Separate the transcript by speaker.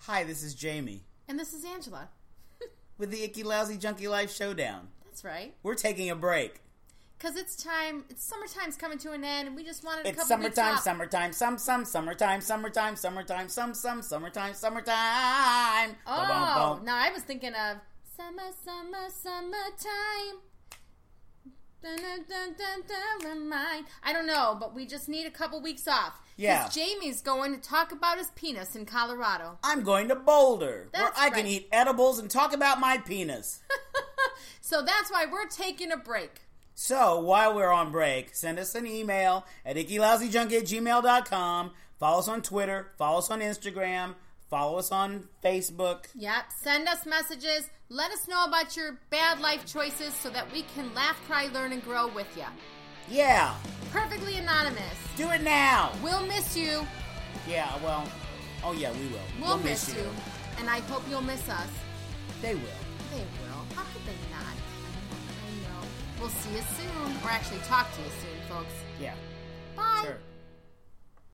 Speaker 1: Hi, this is Jamie
Speaker 2: And this is Angela.
Speaker 1: with the Icky Lousy Junkie Life Showdown.
Speaker 2: That's right.
Speaker 1: We're taking a break.
Speaker 2: Because it's time, it's summertime's coming to an end, and we just wanted a
Speaker 1: It's
Speaker 2: couple good
Speaker 1: summertime,
Speaker 2: top-
Speaker 1: summertime, some, some, summertime, summertime, summertime, some, some, summertime, summertime.
Speaker 2: Oh,
Speaker 1: Ba-bum-bum.
Speaker 2: no, I was thinking of summer, summer, summertime. Dun, dun, dun, dun, dun, remind. I don't know, but we just need a couple weeks off. 'Cause
Speaker 1: Yeah.
Speaker 2: Jamie's going to talk about his penis in Colorado.
Speaker 1: I'm going to Boulder, where
Speaker 2: That's
Speaker 1: I can
Speaker 2: right.
Speaker 1: eat edibles and talk about my penis.
Speaker 2: So that's why we're taking a break.
Speaker 1: So, while we're on break, send us an email at ickylousyjunk at gmail.com. Follow us on Twitter. Follow us on Instagram. Follow us on Facebook.
Speaker 2: Yep. Send us messages. Let us know about your bad life choices so that we can laugh, cry, learn, and grow with you.
Speaker 1: Yeah,
Speaker 2: Perfectly anonymous.
Speaker 1: do it now.
Speaker 2: We'll miss you.
Speaker 1: Yeah, well, oh yeah, we will.
Speaker 2: We'll, miss, you. And I hope you'll miss us.
Speaker 1: They will.
Speaker 2: They will. How could they not? I know. We'll see you soon. Or actually, talk to you soon, folks.
Speaker 1: Yeah,
Speaker 2: Bye.
Speaker 1: sure.